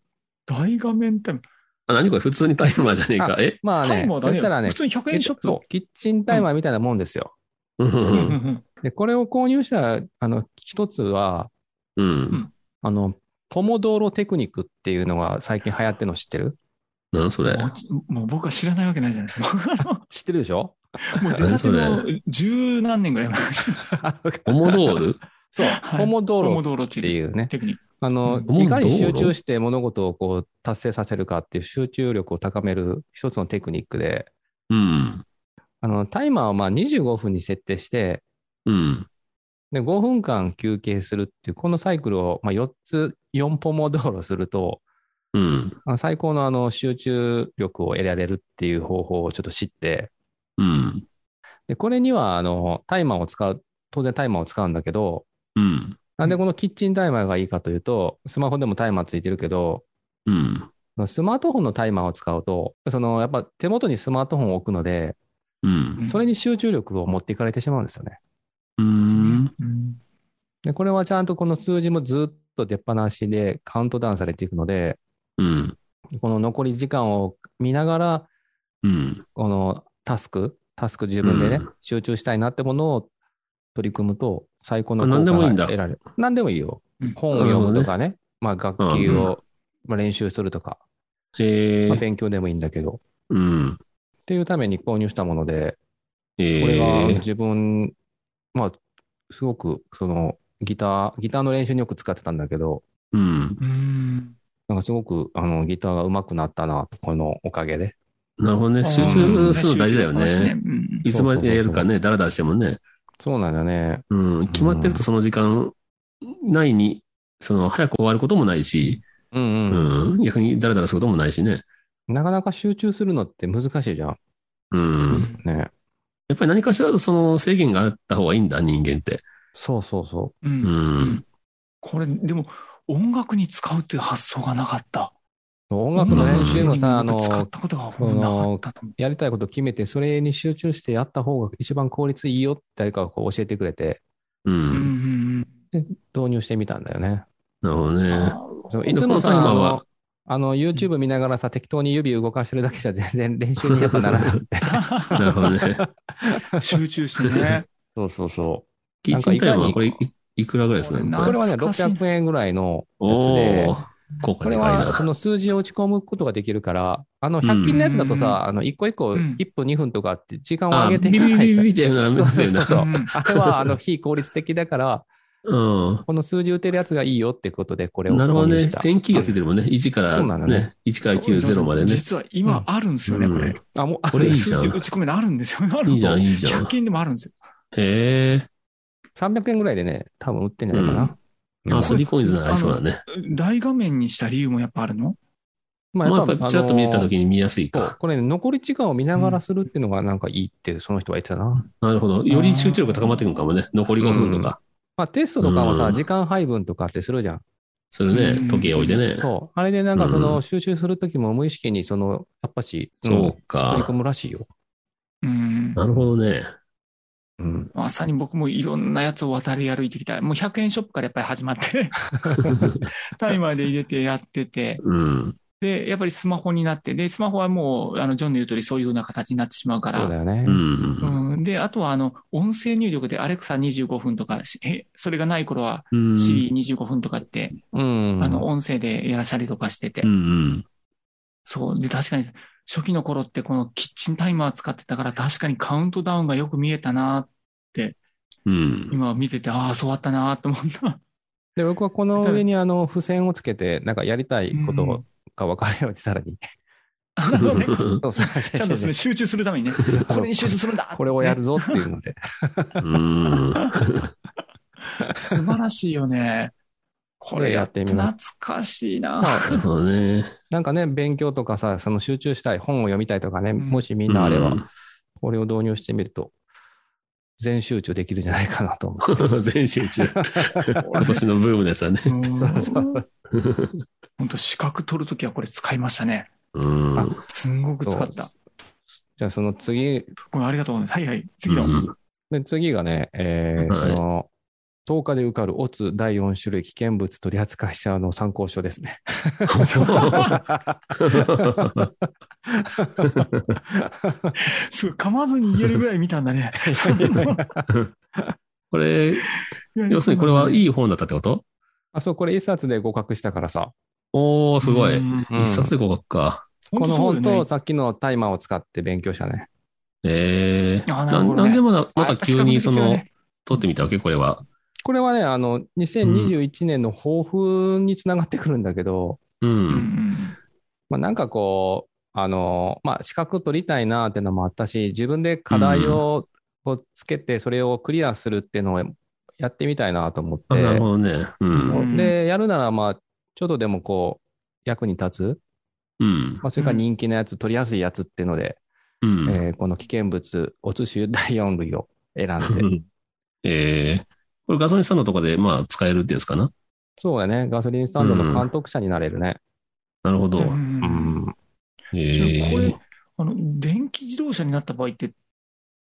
S3: 大画面タイマー。
S2: あ、何これ普通にタイマーじゃねえか。え
S4: まあ
S3: タイ
S4: ね、
S3: マーだ
S4: 言ったら
S3: ね。
S4: ね
S3: 普、通に100
S4: え
S3: 円
S4: っ
S3: ショッ
S4: と
S3: プ。
S4: キッチンタイマーみたいなもんですよ。
S2: うんう
S3: うんうん
S2: ん
S4: で、これを購入したら、あの、一つは、
S2: うん。
S4: あの、ポモドーロテクニックっていうのが最近流行ってるの知ってる
S2: 何それ
S3: もうもう僕は知らないわけないじゃないです
S4: <laughs>
S3: か。
S4: 知ってるでし <laughs> ょ
S3: もう出たての
S2: 何
S3: 十何年ぐ
S4: <laughs>
S3: らい前の話。
S2: ポモドール
S4: そう、
S3: はい
S4: ポモドー
S3: ポモ
S4: ロ
S3: ドーロ
S4: っ
S3: チ
S4: て
S3: リ
S4: いうね、
S3: テクニック。
S4: あの
S3: ポ、
S2: モ
S4: いかに
S2: ド
S4: 集
S2: ーロ
S4: 中して物事をこう達成させるかっていう集中力を高める一つのテクニックで、
S2: うん。
S4: あの、タイマーをまあ25分に設定して、
S2: うん。
S4: で、5分間休憩するっていう、このサイクルを、まあ、4つ、4ポモドーロすると、
S2: うん。
S4: あの最高のあの集中力を得られるっていう方法をちょっと知って、
S2: うん。
S4: で、これには、あの、タイマーを使う、当然タイマーを使うんだけど、
S2: うん。
S4: なんでこのキッチンタイマーがいいかというと、スマホでもタイマーついてるけど、
S2: うん。
S4: スマートフォンのタイマーを使うと、その、やっぱ手元にスマートフォンを置くので、
S2: うん。
S4: それに集中力を持っていかれてしまうんですよね。
S2: うん。
S3: うん
S4: で、これはちゃんとこの数字もずっと出っ放しでカウントダウンされていくので、
S2: うん。
S4: この残り時間を見ながら、
S2: うん。
S4: このタスク、タスク自分でね、
S2: うん
S4: 集中したいなってものを取り組むと、最高の
S2: あ
S4: 効果
S2: 何でもいい
S4: が
S2: んだ
S4: 得られる。何でもいいよ
S3: うん。
S4: 本を読むとかね、まあ楽器
S2: うんう
S4: を、まあ、練習するとか、
S2: え
S4: まあ、
S2: ー。
S4: 勉強でもいいんだけど、
S2: うん。
S4: っていうために購入したもので、
S2: え
S4: これが
S2: ー。
S4: 自分、まあ、すごく、その、ギター、ギターの練習によく使ってたんだけど、
S2: うん。
S3: うん
S4: なんかすごく、あの、ギターが上手くなったな、このおかげで。
S2: なるほどね。集
S4: う
S2: 中
S4: ん
S2: するの大事だよ
S3: 集中
S2: ね。
S3: うん
S2: いつまでやるかね、だらだらしてもね。
S4: そうなんだね。
S2: うん。決まってるとその時間内に、その、早く終わることもないし、
S4: うん
S2: う
S4: うん。
S2: ん。逆にだらだらすることもないしね。
S4: なかなか集中するのって難しいじゃん。
S2: う。
S3: うんん
S4: ね。
S2: やっぱり何かしらその制限があった方がいいんだ、人間って。
S4: そうそうそう。
S3: う
S2: うんん。
S3: これ、でも、音楽に使うっていう発想がなかった。
S4: 音楽の練習もさ、あ
S3: 音楽
S4: の
S3: に、使ったことがなかったと思う。
S4: やりたいこと決めて、それに集中してやった方が一番効率いいよって誰かがこう教えてくれて、
S2: う
S3: うんうん
S2: ん。
S3: うん
S4: 導入してみたんだよね。
S2: なるほどね。
S3: あー
S4: でもいつもさ、
S2: このタイマー
S4: あ
S2: は
S4: の、あの YouTube 見ながらさ、適当に指動かしてるだけじゃ全然練習にやっぱならな
S3: <laughs>
S4: くて。
S2: なるほどね。
S3: 集中して
S2: <laughs>
S3: ね。
S4: そうそうそ
S2: キッチンタイマー、これいいくらぐらいですかね
S4: う。これはね、
S3: 懐かしい
S4: 600円ぐらいのやつ
S2: お
S4: で
S2: お、効果
S4: こ
S2: で
S4: れ
S2: かい
S4: はそ
S2: な。
S4: の数字を落ち込むことができるから、あの、100均のやつだと
S3: うん
S4: さ、あの、一個一個
S3: うん
S4: 1分2分とかあって時間を
S2: あ、
S4: 上
S2: ビ
S4: げて
S2: ビ
S4: いか
S2: ビ
S4: ない
S2: ビ
S4: か
S2: ビっていうの <laughs> はめんどくせえな。
S4: そう
S3: うん
S4: ら。あれは、あの、非効率的だから、
S2: う
S4: この数字打てるやつがいいよってことで、これを
S2: ん。なるほ
S4: 購
S2: ど
S4: 入
S2: ね
S4: し。た。
S2: 天気がついてるもんね。1から
S4: そうなの
S2: ね
S4: ね、
S2: 1から90までね。
S3: 実は今あるんですよね、
S2: うん
S3: これ。
S4: あ、もう、
S2: これいいじゃん
S3: 数字打ち込めるのあるんですよ。あるの
S2: いいじゃん、いいじゃん
S3: 100。均でもあるんですよ。
S2: へえ。
S4: 300円ぐらいでね、多分売ってんじゃないかな。
S2: あ、スリーコインズならありそうだね。
S3: 大画面にした理由もやっぱあるの
S4: ま
S2: まあ、やっぱりちらっと見えた時
S4: に。
S2: に見やすい
S4: あのそう
S2: か。
S4: これね、残り時間を見ながらするっていうのがなんかいいって、その人は言ってたな。
S2: なるほど。より集中力が高まってくるかもね。残り5分とか。
S4: まあ、テストとかも
S2: う
S4: さ、
S2: ん
S4: 時間配分とかってするじゃん。
S2: それ
S3: うん
S2: ね、時計置いてね。
S4: そう。あれでなんかそうの、
S2: ん
S4: 集中するときも無意識に、その、やっぱし、うん
S2: そう
S4: 取り
S2: か
S4: 込。むらしいよ。
S3: うん。
S2: なるほどね。
S4: うん。
S3: まさに僕もいろんなやつを渡り歩いてきた。もう100円ショップからやっぱり始
S2: <laughs>
S3: まって、タイマーで入れてやってて、
S2: うん。
S3: で、やっぱりスマホになって、で、スマホはもう、あの、ジョンの言う通りそういうような形になってしまうから、
S4: そうだよね
S2: う。ん。
S3: うん、で、あとは、あの、音声入力でアレクサ25分とか、しへそれがない頃は、
S2: うん。
S3: シリ25分とかって、
S4: うん。
S3: あの、音声でやらしたりとかしてて、
S2: うんうん。
S3: そう。で、確かに、初期の頃ってこのキッチンタイマー使ってたから、確かにカウントダウンがよく見えたな、
S2: うん。
S3: 今見てて、ああ、そうだったな、と思
S4: <laughs>
S3: った。
S4: で、僕はこの上にあの、付箋をつけて、なんかやりたいことが分かるようにさらに。
S3: なるほどね
S4: そうそう
S3: ちゃんと
S4: <laughs>
S3: それ集中するためにね、これに集中するんだ
S4: これをやるぞっていうの
S3: <laughs>
S4: で。
S2: うん。
S3: 素晴らしいよね。これやってみ懐かしいな。
S4: まあ
S2: そうね。
S4: なんかね、勉強とかさ、その集中したい、本を読みたいとかね、
S3: ん
S4: もしみんなあれば、
S2: は。
S4: これを導入してみると、全集中できるんじゃないかなと思う。
S2: <laughs> 全集中。今年のブームのやつはね。
S3: 本当資格取るときはこれ使いましたね。
S2: うん。
S4: あ
S3: すんごく使った。
S4: じゃあその次、
S3: これありがとうございます。はいはい。次 <laughs> の。
S2: うん
S4: で、次がね、えー
S2: はい
S4: その、10日で受かるオツ第4種類危険物取扱者の参考書ですね。
S3: すごい噛まずに言えるぐらい見たんだね。
S2: <laughs>
S3: <laughs>
S2: これ、要するにこれはいい本だったってこと
S4: <laughs> あ、そう、これ一冊で合格したからさ。
S2: おー、すごい。
S4: うん
S2: 一冊で合格か。
S4: この本と
S3: と。
S4: さっきのタイマーを使って勉強したね。
S2: ええ。
S3: あなるほどね
S2: んでまだ、ま
S3: あや
S2: た
S3: っぱ資
S2: 急
S3: 格
S2: に
S3: 的
S2: そ
S3: 違う
S2: の
S3: ね、
S2: 撮ってみたわけこれは。
S4: これはね、あの、2021年の抱負につながってくるんだけど、
S2: う。
S3: うんん
S4: まあ、なんかこう、あの、まあ、資格取りたいなっていうのもあったし、自分で課題をこうつけて、それをクリアするっていうのをやってみたいなと思って。
S2: あ、なるほどね。うん。
S3: ん
S4: で、やるなら、まあ、ちょっとでもこう、役に立つ、
S2: うん。
S4: まあ、それから人気のやつ、取りやすいやつっていうので、
S2: うん。
S4: えーこの危険物、お寿司第4類を選
S2: <laughs>
S4: んで
S2: う、んえー、これガソリンスタンドとかで、まあ、使えるってやつかな。
S4: そうだね、ガソリンスタンドの監督者になれるね。
S2: なるほど。
S3: う。
S4: うんん。
S2: え
S3: ちなみにこ
S2: ー
S3: れ、あの、電気自動車になった場合って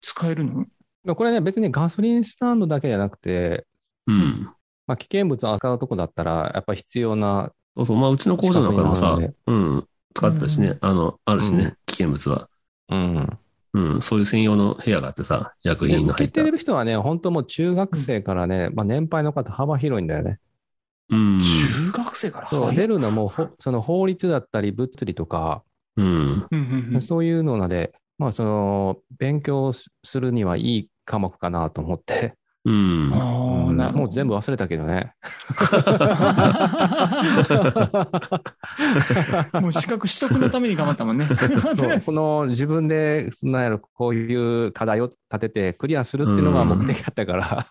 S3: 使えるの
S4: これね、別にガソリンスタンドだけじゃなくて、
S2: うん。
S4: まあ、危険物を扱うとこだったら、やっぱ必要な、
S2: そうそう、まあ、うちの工場なんかでも
S4: 近
S2: さ
S4: くにあるん、
S2: うん、使ってたしね、
S3: うん
S2: あの、あるしね、
S4: うん
S2: 危険物は。
S4: うん。
S2: うん、そういう専用の部屋があってさ、薬
S4: で
S2: 品
S4: 受
S2: が入
S4: け
S2: った。
S4: てる人はね、本当もう中学生からね、まあ、年配の方、幅広いんだよね。
S3: <laughs>
S2: うん。
S3: 中学生から
S4: そう
S3: 早い
S4: 出るのもほ、その法律だったり、物理とか、
S2: うん。
S3: うんうんうん
S4: そういうのなで、まあ、その、勉強するにはいい科目かなと思って、
S2: うん。 <laughs>
S3: ああ、な
S4: もう全部忘れたけどね。
S3: <laughs> もう資格取得のために頑張ったもん
S2: <laughs>
S3: ね。
S4: <laughs> そうこの自分で、なんやろ、こういう課題を立ててクリアするっていうのが目的だった <laughs> から、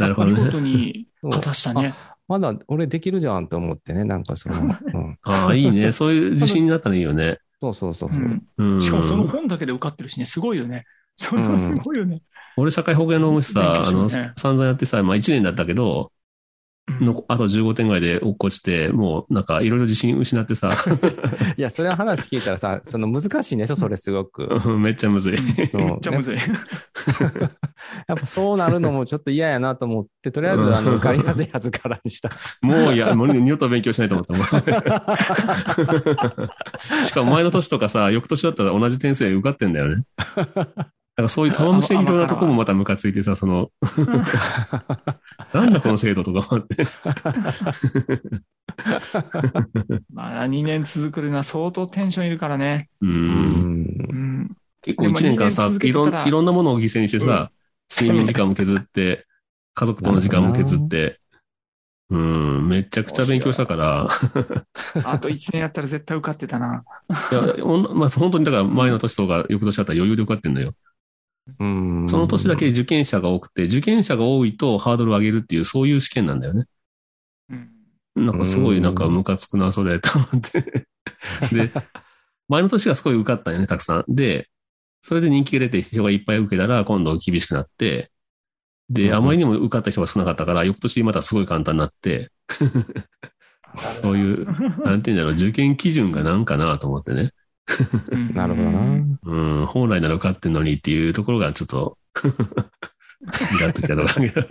S2: なるほど
S3: 見
S2: ね。
S3: 事に果たしたね。
S4: まだ俺できるじゃんと思ってね、なんかその、 <laughs> うん
S2: ああ、いいね。そういう自信になったらいいよね。
S4: そうそうそう
S3: う
S4: そう。
S3: ん
S2: うん。
S3: しかもその本だけで受かってるしね、すごいよね。それはすごいよね。
S2: 俺、社会保険労務士さ、あ
S3: 勉強
S2: の、
S3: してるね
S2: 散々やってさ、まあ、1年だったけど、
S3: うん
S2: のあと15点ぐらいで落っこちて、もうなんかいろいろ自信失ってさ、 <laughs>
S4: いや、それは話聞いたらさ、その難しいんでしょ、それすごく。
S2: うんめっちゃむずい。
S4: そう
S3: めっちゃむずい。
S4: やっぱそうなるのもちょっと嫌やなと思って、とりあえず、あの、受かりやすいやつからにした。
S2: もういや、もう二度と勉強しないと思っ
S3: <laughs>
S2: たもん。しかも前の年とかさ、翌年だったら同じ点数で受かってんだよね。だからそういう玉虫いろんなとこもまたムカついてさ、その、
S3: <laughs>
S2: なんだこの制度とかもあって。
S3: まあ、2年続くのは相当テンションいるからね。
S2: う。
S4: うんん
S3: うん。
S2: 結構1年間さ
S3: でも二年続、け
S2: い
S3: てた
S2: ろん
S3: ら
S2: いろんなものを犠牲にしてさ、睡眠時間も削って、家族との時間も削って、うん、めちゃくちゃ勉強したから、
S3: あと1年やったら絶対受かってたな。
S2: いや、ほんまあ、本当にだから前の年とか翌年だったら余裕で受かってんのよ。
S4: うん
S2: その年だけ受験者が多くて、受験者が多いとハードルを上げるっていう、そういう試験なんだよね。
S3: うん
S2: なんかすごいなんかムカつくな、それ、と思
S4: <laughs>
S2: って。で、前の年がすごい受かったよね、たくさん。で、それで人気が出て人がいっぱい受けたら、今度厳しくなって、
S4: うんう
S2: で、
S4: ん
S2: あまりにも受かった人が少なかったから、翌年またすごい簡単になって、そういう、なんていうんだろう、受験基準がなんかなと思ってね。
S4: なるほどな。
S2: うん、本来なら受かってんのにっていうところがちょっと、 <laughs> イラっときたところだけど。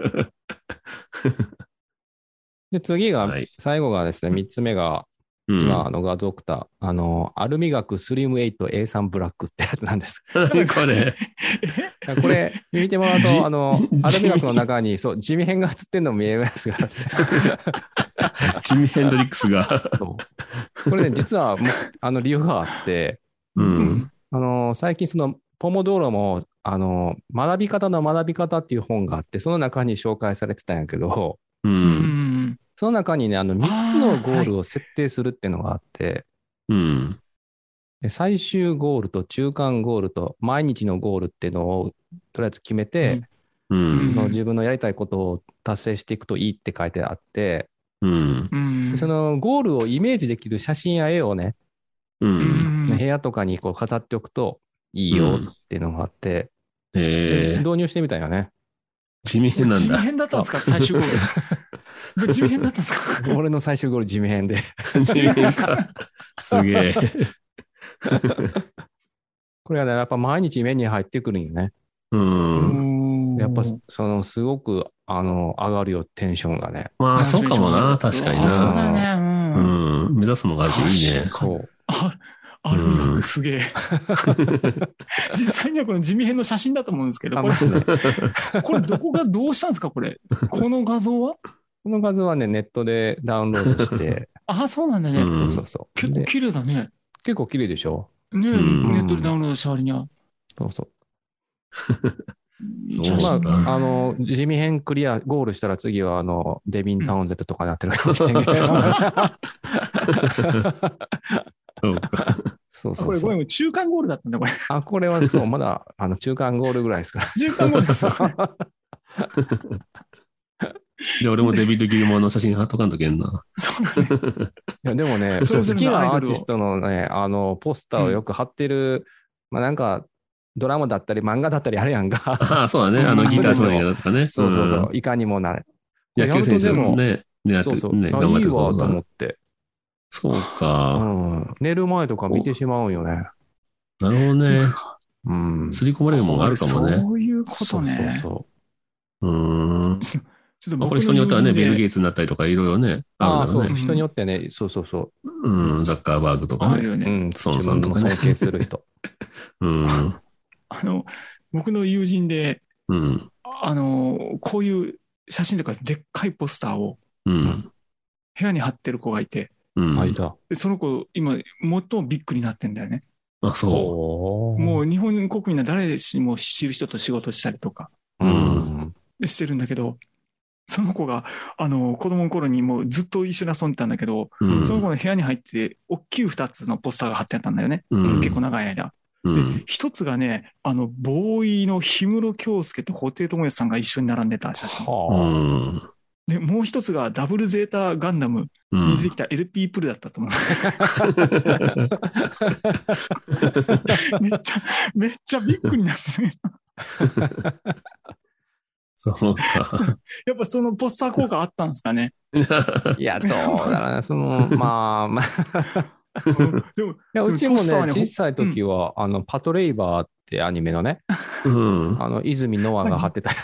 S4: で、次が、
S2: はい
S4: 最後がですね、3つ目が、
S2: うん。
S4: 今、あの、画像クタ、あの、アルミ学スリム 8A3 ブラックってやつなんです。
S2: 何 <laughs> これ。
S4: これ、見てもらう
S2: じ
S4: と、あの、アル
S2: 地
S4: ミ学
S2: 味
S4: の中に、そう、地味編が映ってんのも見えますから、
S2: ジミー・ヘンドリックスが。 <laughs>
S4: そうこれね、実はもう、あの、理由があって、
S2: うん。
S4: あの、最近その、ポモドーロも、あの、学び方の学び方っていう本があって、その中に紹介されてたんやけど、
S2: う。
S3: うんん。
S4: その中にね、あの、3つのゴールを設定するっていうのがあって、
S2: うん。
S4: で最終ゴールと中間ゴールと毎日のゴールっていうのをとりあえず決めて、
S2: う
S4: そ
S2: ん。
S4: の自分のやりたいことを達成していくといいって書いてあって、
S2: うん。
S3: うん。
S4: そのゴールをイメージできる写真や絵をね、
S2: うん。
S4: 部屋とかにこう飾っておくといいよっていうのがあって、
S2: え
S4: で
S2: ー、
S4: 導入してみたんよね。 <laughs>
S2: 地味なん
S3: 地味
S2: だ。
S3: 編だったんですか最終ゴール。地味編だったんですか
S4: 俺の最終ゴール地味編で。 <laughs>
S2: 地味か。 <laughs> すげえ。
S4: これはね、やっぱ毎日目に入ってくるんよね。
S2: うん。
S3: や
S4: やっぱそのすごくあの上がるよ、テンションがね。
S2: まあ、そうかもな。確かに
S3: そう
S2: な。
S3: だね。
S2: う
S3: うん。
S2: ん。目指すのがあるといいね。
S4: そう。
S3: あアルミラックすげ
S2: <laughs>
S3: え。実際にはこの地味編の写真だと思うんですけど、
S4: あ
S3: こ
S4: まあね
S3: れ、これどこがどうしたんですかこれ。この画像は
S4: この画像はね、ネットでダウンロードして、
S3: あ、そうなんだね。
S2: <laughs> うん
S4: そうそうそう。
S3: 結構
S4: で
S3: 綺麗だね。
S4: 結構綺麗でしょ
S3: ね、
S2: うん
S3: ネットでダウンロードした割には。
S4: そうそう。
S2: そう
S3: 写真
S4: ま
S2: だ
S4: あ、あの、地味編クリア、ゴールしたら次は、あの、デビン・タウンゼットとかになってるかもしれな
S2: <laughs>
S4: いけど。
S2: そうか。
S4: そう
S3: あ
S4: そ
S3: こ
S4: う
S3: れご
S4: そ
S3: め
S4: う。
S3: ん、中間ゴールだったんだ、これ。
S4: あ、これは
S2: <laughs>
S4: そう、まだ、あの、中間ゴールぐらいですか
S3: 中間ゴールです。
S2: じゃあ俺もデビッド・ギルモアの写真貼っとかんとけんな。
S3: そうだね。
S4: ら。いや、でもね、
S3: それぞ
S4: 好
S3: れ
S4: き
S3: の
S4: な
S3: ア
S4: ア
S3: イ
S4: ー
S3: ドルを
S4: ティストのね、あの、ポスターをよく貼ってる、まあ、なんか、ドラマだったり、漫画だったりあれやん
S2: <laughs>
S4: か。
S2: <laughs> ああ、そうだね。あの、ギター少年がとかね。
S4: そうそうそ
S2: ん
S4: う。。いかにもなる。
S2: 野球選手
S4: で
S2: も
S4: も、
S2: ね、狙って
S4: そうそう。
S2: るね、
S4: あ
S2: 頑張っ
S4: い
S2: て
S4: い
S2: るとこ
S4: わ、
S2: ろ
S4: と思
S2: が
S4: っ。て。
S2: そう
S4: う
S2: か。
S4: ん。寝る前とか見てしまうんよね。
S2: なるほどね。
S4: うん。
S2: 刷り込まれるもんがあるかもね。
S3: そういうことね。
S4: そうそうそう
S2: うーん。
S3: ちょっと
S2: まあ、
S3: 僕
S2: こ
S3: の
S2: れ人によってはね、
S3: 友人
S2: ビ
S3: で
S2: ル・ゲイツになったりとか、いろいろね、
S4: あ
S2: あるん
S4: あ、
S2: だ
S4: そう。
S2: ろうね。
S4: 人によってね、そうそうそう。
S2: うん、ザッカーバーグとか
S3: ある
S2: ね。
S3: よ
S4: う
S3: ね。
S4: ん、
S2: 孫さんとかね
S4: 自分の尊敬する人。
S2: うん。
S3: あの、僕の友人で、
S2: うん。
S3: あの、こういう写真とかでっかいポスターを
S2: うん。
S3: 部屋に貼ってる子がいて、
S2: <laughs> うん。
S4: あいた。
S3: でその子、今、最もビッグになってんだよね。
S2: あ、そ
S4: も
S3: もう日本国民は誰しも知る人と仕事したりとか
S4: う、
S2: うん
S3: してるんだけど、その子が、あの、子供の頃にもうずっと一緒に遊んでたんだけど、
S2: う。うん。
S3: その子の部屋に入って、大きい2つのポスターが貼ってあったんだよね。
S2: うん
S3: 結構長い間。
S2: うん。
S3: 一つがね、あの、ボーイの氷室京介と布袋寅泰さんが一緒に並んでた写真。
S2: う
S4: はあ。
S2: ん。
S3: で、もう一つがダブルゼータガンダム
S2: う
S3: に出て
S2: <laughs> ん。
S3: きた LP プルだった
S2: <laughs>
S3: と思う。めっちゃ、めっちゃビッグになってね。
S2: そうか。
S3: やっぱそのポスター効果あったんですかね。
S4: いや、どうだろうね。その、まあ、まあ、い
S3: うんでも、
S4: や、うちも
S3: トシ
S4: ね
S3: さんは、ね
S4: 小さい時は、あの、パトレイバーってアニメのね、
S2: うん。 <laughs>
S4: あの、泉ノアが貼ってた。 <laughs>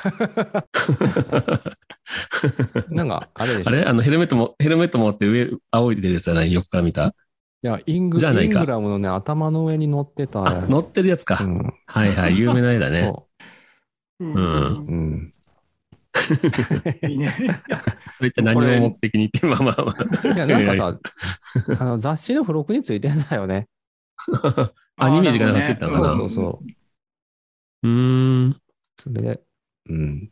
S4: なんか、あれでし
S2: あ
S4: ょ。い
S2: れあの、ヘルメットも、ヘルメット持って上、青いでるやつじゃない横から見た。
S4: や、イング
S2: じゃない
S4: イン
S2: か
S4: グラムのね、頭の上に乗ってた。
S2: あ、乗ってるやつ
S4: う
S2: か。
S4: ん。
S2: はいはい、有名な絵だね。
S4: そうう。うん。
S3: いいね。いや
S2: それって何を目的にって、まあまあま
S4: いや、なんかさ、あの、雑誌の付録についてんだよね。
S2: あ。アニメージが <laughs> なんかついてた
S4: そ
S2: の
S4: う
S2: かな。
S4: そうそう。
S2: <laughs> うーん。
S4: それで、うん。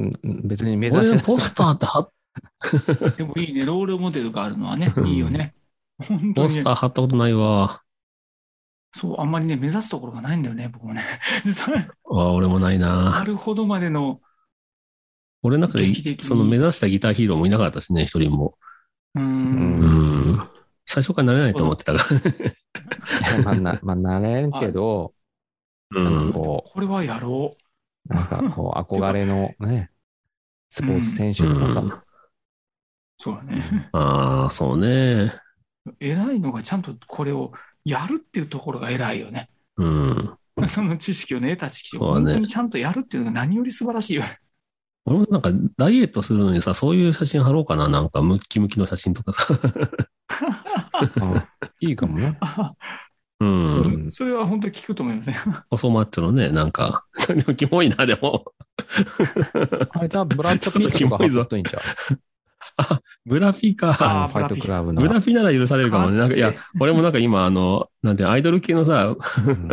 S4: うん別に目
S2: こ
S4: 指
S2: れの
S4: して
S2: ポスターって貼っ、
S3: でもいいね、ロールモデルがあるのはね、いいよね。本当
S2: ポ
S3: に
S2: ス
S3: ね
S2: ター貼ったことないわ。
S3: そう、あんまりね、目指すところがないんだよね、僕もね。実は、
S2: ああ、俺もない
S3: な
S2: な。
S3: るほどまでの、
S2: 俺の中
S3: 劇
S2: で、
S3: 的に
S2: その目指したギターヒーローもいなかったしね、一人も。
S3: う。
S2: うんん。最初から慣れないと思ってたから。
S4: まあ、な、まあ、なれんけど、
S2: う
S4: なん
S2: ん
S4: か。こ
S3: これはやろ
S4: う、なんかこ
S2: <laughs>
S4: う、憧れのね、スポーツ選手とかさ、
S2: うん
S3: う。そうだね。
S2: ああ、そうね。
S3: 偉いのがちゃんとこれをやるっていうところが偉いよね。
S2: うん。
S3: その知識をね、得た知識を
S2: そうだ
S3: 本
S2: ね
S3: 当にちゃんとやるっていうのが何より素晴らしいよね。
S2: 俺もなんか、ダイエットするのにさ、そういう写真貼ろうかな。なんか、ムッキムキの写真とかさ。
S4: うんいいかもね。
S2: う。
S4: うんん
S3: <laughs> それは本当に聞くと思いますね。
S2: 細マッチョのね、なんか、でもキモいな、でも。
S4: あれじゃあ、ブラッド・ピートとか貼っといいんちゃう
S2: あ、ブラフィ
S3: あ
S2: か。
S4: ファイトクラブの。
S2: ブラフィなら許されるかもね。なんか、いや
S3: かっ、
S2: 俺もなんか今、あの、なんて、アイドル系のさ、
S4: うん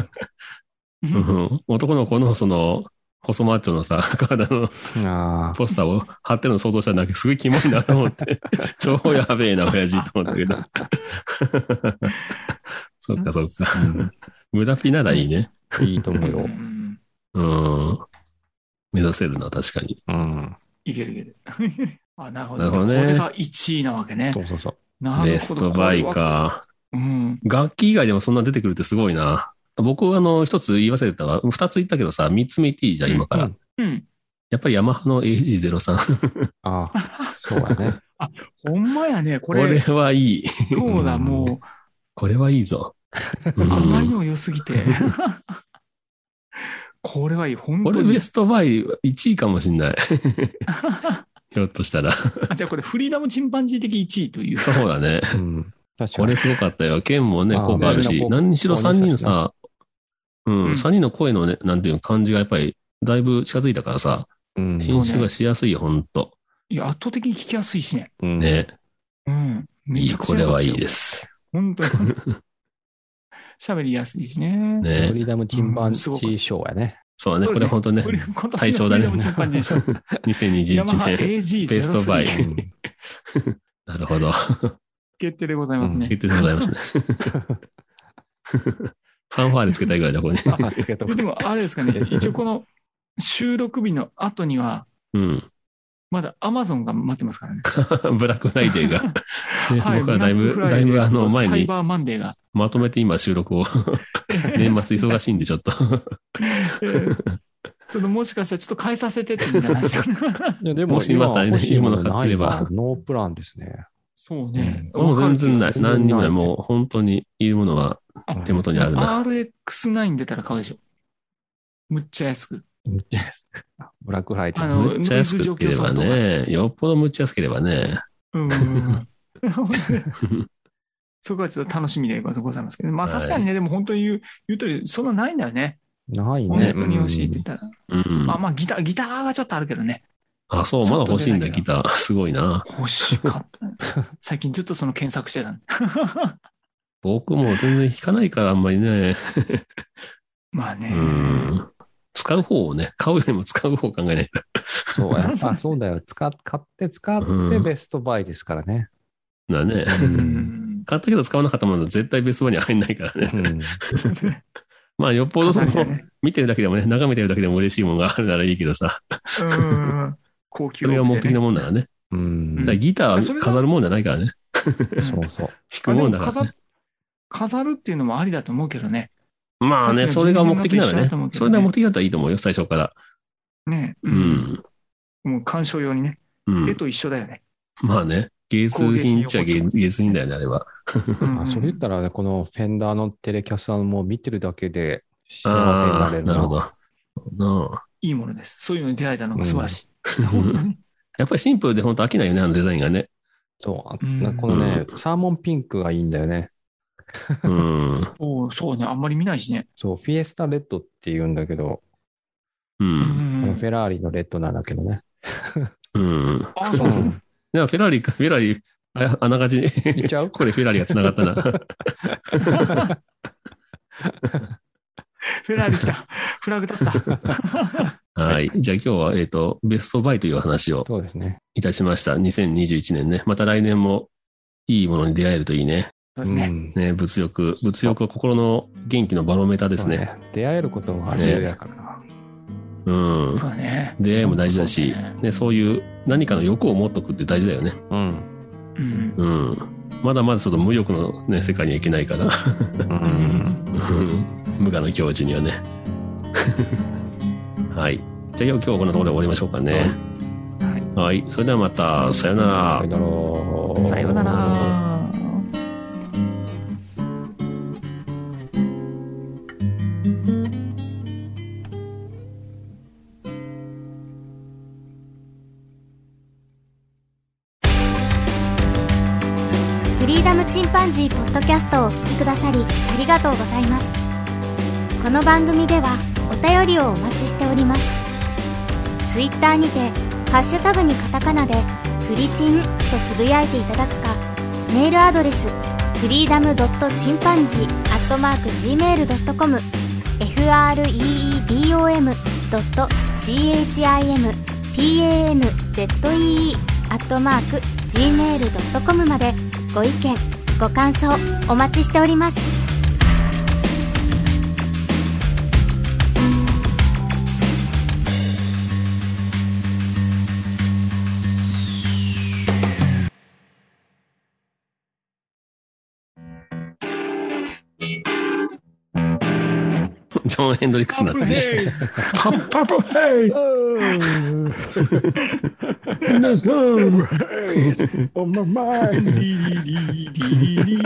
S2: うん <laughs> 男の子の、その、細マッチョのさ、体の
S4: あ
S2: ポスターを貼ってるの想像したんだけど、すごいキモいなと思
S3: <laughs>
S2: って、超やべえな、親父と思ったけど。そっかそっか。
S4: あ、
S2: ブラフィならいいね。
S4: うんいいと思う
S3: う
S4: よ。
S3: ん
S2: うん。目指せるな、確かに。
S4: うん。
S3: いける <laughs> いける。あ、なるほど。
S2: なるほどね
S3: これが1位なわけね
S4: そ。うそうそう。
S3: なるほど
S2: ベストバイ。
S3: これは
S2: か。
S3: うん。
S2: 楽器以外でもそんな出てくるってすごいな。僕、あの、一つ言い忘れてたわ。二つ言ったけどさ、三つ目言っていいじゃん、今から。
S4: うん
S3: うん。
S2: やっぱりヤマハの AG03。
S4: ああ、そうだね。
S3: ほんまやね。こ
S2: こ
S3: れ
S2: れ、はいい。
S3: そうだ、
S4: うん
S3: も
S2: これはいい
S3: <laughs>
S2: ぞ。う
S3: う、あまりに
S2: ん
S3: も良すぎて。 <laughs> これはいい。本
S2: こ
S3: 当
S2: れ
S3: に <laughs>
S2: ベ。ストバイ1位かもしんない。ひょっとした
S3: <laughs>
S2: ら。
S3: あじゃあこれ、フリーダムチンパンジー的1位という。
S2: そうだね。
S4: うん。確か
S2: こ
S4: に
S2: れ。すごかったよ。剣もね、
S4: あー
S2: 効果ある
S4: みんな
S2: し
S4: こ、う
S2: 何にしろ3人のさ、う
S3: うん
S2: ん、三人の声のね、なんていうの感じがやっぱり、だいぶ近づいたからさ、
S4: うん。
S2: 編集がしやすいよ、ほんと。
S3: いや、圧倒的に聞きやすいしね。
S4: うん
S2: ね。
S3: うん。め
S2: い
S3: ち
S2: い、
S3: ゃくち
S2: こ
S3: ゃ
S2: れ
S3: 良か
S2: は
S3: った
S2: い
S3: よ
S2: いで。す。<laughs>
S3: 本当に。喋りやすいしね。
S4: フ
S2: ね。
S4: リーダムチンパンジーショーやね。
S2: そうね、
S3: そう
S2: こ
S3: です
S2: れ
S3: ね
S2: ほんとね
S3: こ、れ今年の
S2: 対象だね
S3: フリーダムチンパンジ
S2: <laughs>
S3: ー賞。ヤマハ
S2: 2021年。
S3: AG03
S2: ベストバイ
S3: 決
S4: うん
S2: なるほど。
S3: 定でございます
S4: うん
S2: 言
S3: ね。
S2: ってございますね。ファンファーレつけたい
S3: <laughs>
S2: ぐらいだ、これね。
S4: あ <laughs> つけとく
S3: でも、あれです
S2: <laughs>
S3: かね。一応この収録日の後には、
S2: うん。 <laughs>
S3: まだ Amazon が待ってますからね。
S2: ブラックフライデーが。ね
S3: は
S2: <laughs>
S3: い
S2: 僕らだいぶ、
S3: ブラックフ
S2: だ
S3: ライ
S2: い
S3: デー
S2: ぶあの前
S3: サイ
S2: に
S3: バーマンデーが。
S2: まとめて今収
S3: <laughs>
S2: 録を、年末忙しいんでちょっと。
S3: そのもしか <laughs> したらちょっと変えさせてってみたいな話
S4: いやでも
S2: もしまた
S4: 今
S2: ね
S4: 欲しいもの
S2: いいもの
S4: な
S2: 買ってれ
S4: いな
S2: ば。
S4: ノープランですね。
S3: そう <laughs> ね。
S2: もう全然ない。
S4: 全然ない
S2: 何にもない。もう本当にいるものは
S3: あ
S2: 手元にあるな。
S3: RX9 出たら買うでしょ。むっちゃ安く。
S4: ブラックフライデ
S3: あ
S4: ー
S3: の
S2: むっちゃ安くければ
S3: ノイズ除去ソ
S2: ね。よっぽどむっちゃ安ければね。
S3: うん。そこはちょっと楽しみでございますけど、まあ
S2: はい
S3: 確かにね、でも本当に言う、言うとり、そんなないんだよね。
S4: ない
S3: 本
S4: ね。
S3: 当に欲しいって言ったら。
S2: うん
S3: まあ。まあギター、ギターがちょっとあるけどね。
S2: あ、そう、まだ欲しいんだ、
S3: ちょっと出ないけ
S2: ギター。 <laughs> すごいな。
S3: 欲しかった。最近ずっとその検索してたんで
S2: 僕も全然弾かないから、あんまりね。
S3: まあね。
S2: うん。使う方をね、買うよりも使う方を考えないと。
S4: そう
S3: <laughs>
S4: やあそうだよ。使っ買って使っ
S2: う
S4: て
S2: ん
S4: ベストバイですからね。
S2: だね。
S3: うん。
S2: 買ったけど使わなかったものは絶対ベストバには入んないからね。 <laughs>
S4: うん
S2: まあ、よっぽどその、
S3: 飾りだね
S2: 見てるだけでもね、眺めてるだけでも嬉しいものがあるならいいけどさ、
S3: うん。高級
S2: それが目的
S3: の
S2: なもんならね。
S4: う
S2: だ
S4: ん
S2: からギター
S3: あそれ
S2: は
S3: が
S2: 飾るもんじゃないからね。
S4: そうそう。
S2: 弾く
S3: あで
S2: もん
S3: も
S2: だから
S3: 飾
S2: ね。
S3: 飾るっていうのもありだと思うけどね。
S2: まあね、
S3: さっ
S2: そ
S3: きの
S2: れが目的なら
S3: 自分のと一緒だ
S2: ね
S3: と思う。けど
S2: そ
S3: ね
S2: れが目的だったらいいと思うよ、最初から。
S3: ね。
S2: う。ん。
S3: もう鑑賞用にね。
S2: うん
S3: 絵と一緒だよね。
S2: まあね、芸術品っちゃ芸芸術品だよね、あれは。
S3: うん
S4: あそれ言ったら、このフェンダーのテレキャスターも見てるだけで幸せにな
S2: あ
S4: れ
S2: あ、
S4: る
S2: なるほど。なあ
S3: いいものです。そういうのに出会えたのが素晴らし
S2: う
S3: い。
S2: ん
S3: <laughs> 本当に
S2: やっぱりシンプルで本当飽きないよね、あのデザインがね。
S4: そうあ
S3: うん。
S4: このね、サーモンピンクがいいんだよね。
S2: うん。
S3: おうそうね。あんまり見ないしね。
S4: そう、フィエスタレッドって言うんだけど、
S2: う。
S3: うん
S4: この
S3: ん
S4: フ。ェラーリのレッドなんだけどね。
S2: うん。
S3: あ、そう。
S2: でもフェラーリ、フェラーリ、ああながち <laughs> に、
S4: いっちゃう
S2: これフェラーリが繋がったな。
S3: フェラーリ来た。フラグ立った。
S2: はい。じゃあ今日は、えっ、と、ベストバイという話を
S4: <laughs> そうですね。
S2: いたしました。2021年ね。また来年もいいものに出会えるといいね。
S3: そう
S4: う
S3: ですね。
S4: ん
S2: ね、物欲。物欲は心の元気のバロメーターですね。
S4: そう。出会えることが重要やからな。
S2: うん。
S3: そうだね。
S2: 出会いも大事だし、
S3: そうね
S2: ね、そういう何かの欲を持っとくって大事だよね。
S4: うん。
S3: う
S2: う
S3: ん。
S2: ん。まだまだちょっと無欲のね、世界にはいけないから。 <laughs>
S4: うん。
S2: 無我の境地にはね。 <laughs> はい。じゃあ今日はこんなところで終わりましょうかね。。
S3: はい
S2: それではまた、さよなら。
S4: さよなら
S3: さよなら。
S1: フリーダムチンパンジーポッドキャストをお聞きくださりありがとうございますこの番組ではお便りをお待ちしておりますツイッターにてハッシュタグにカタカナでフリチンとつぶやいていただくかメールアドレスフリーダムドットチンパンジーアットマーク gmail.com freedom ドット chimpanzee アットマーク gmail.com までご意見ご感想お待ちしております
S2: ジョン・ヘンドリックスになってるし。
S3: ス
S2: パッパッパヘイ
S3: おまま、ディリリリリリリ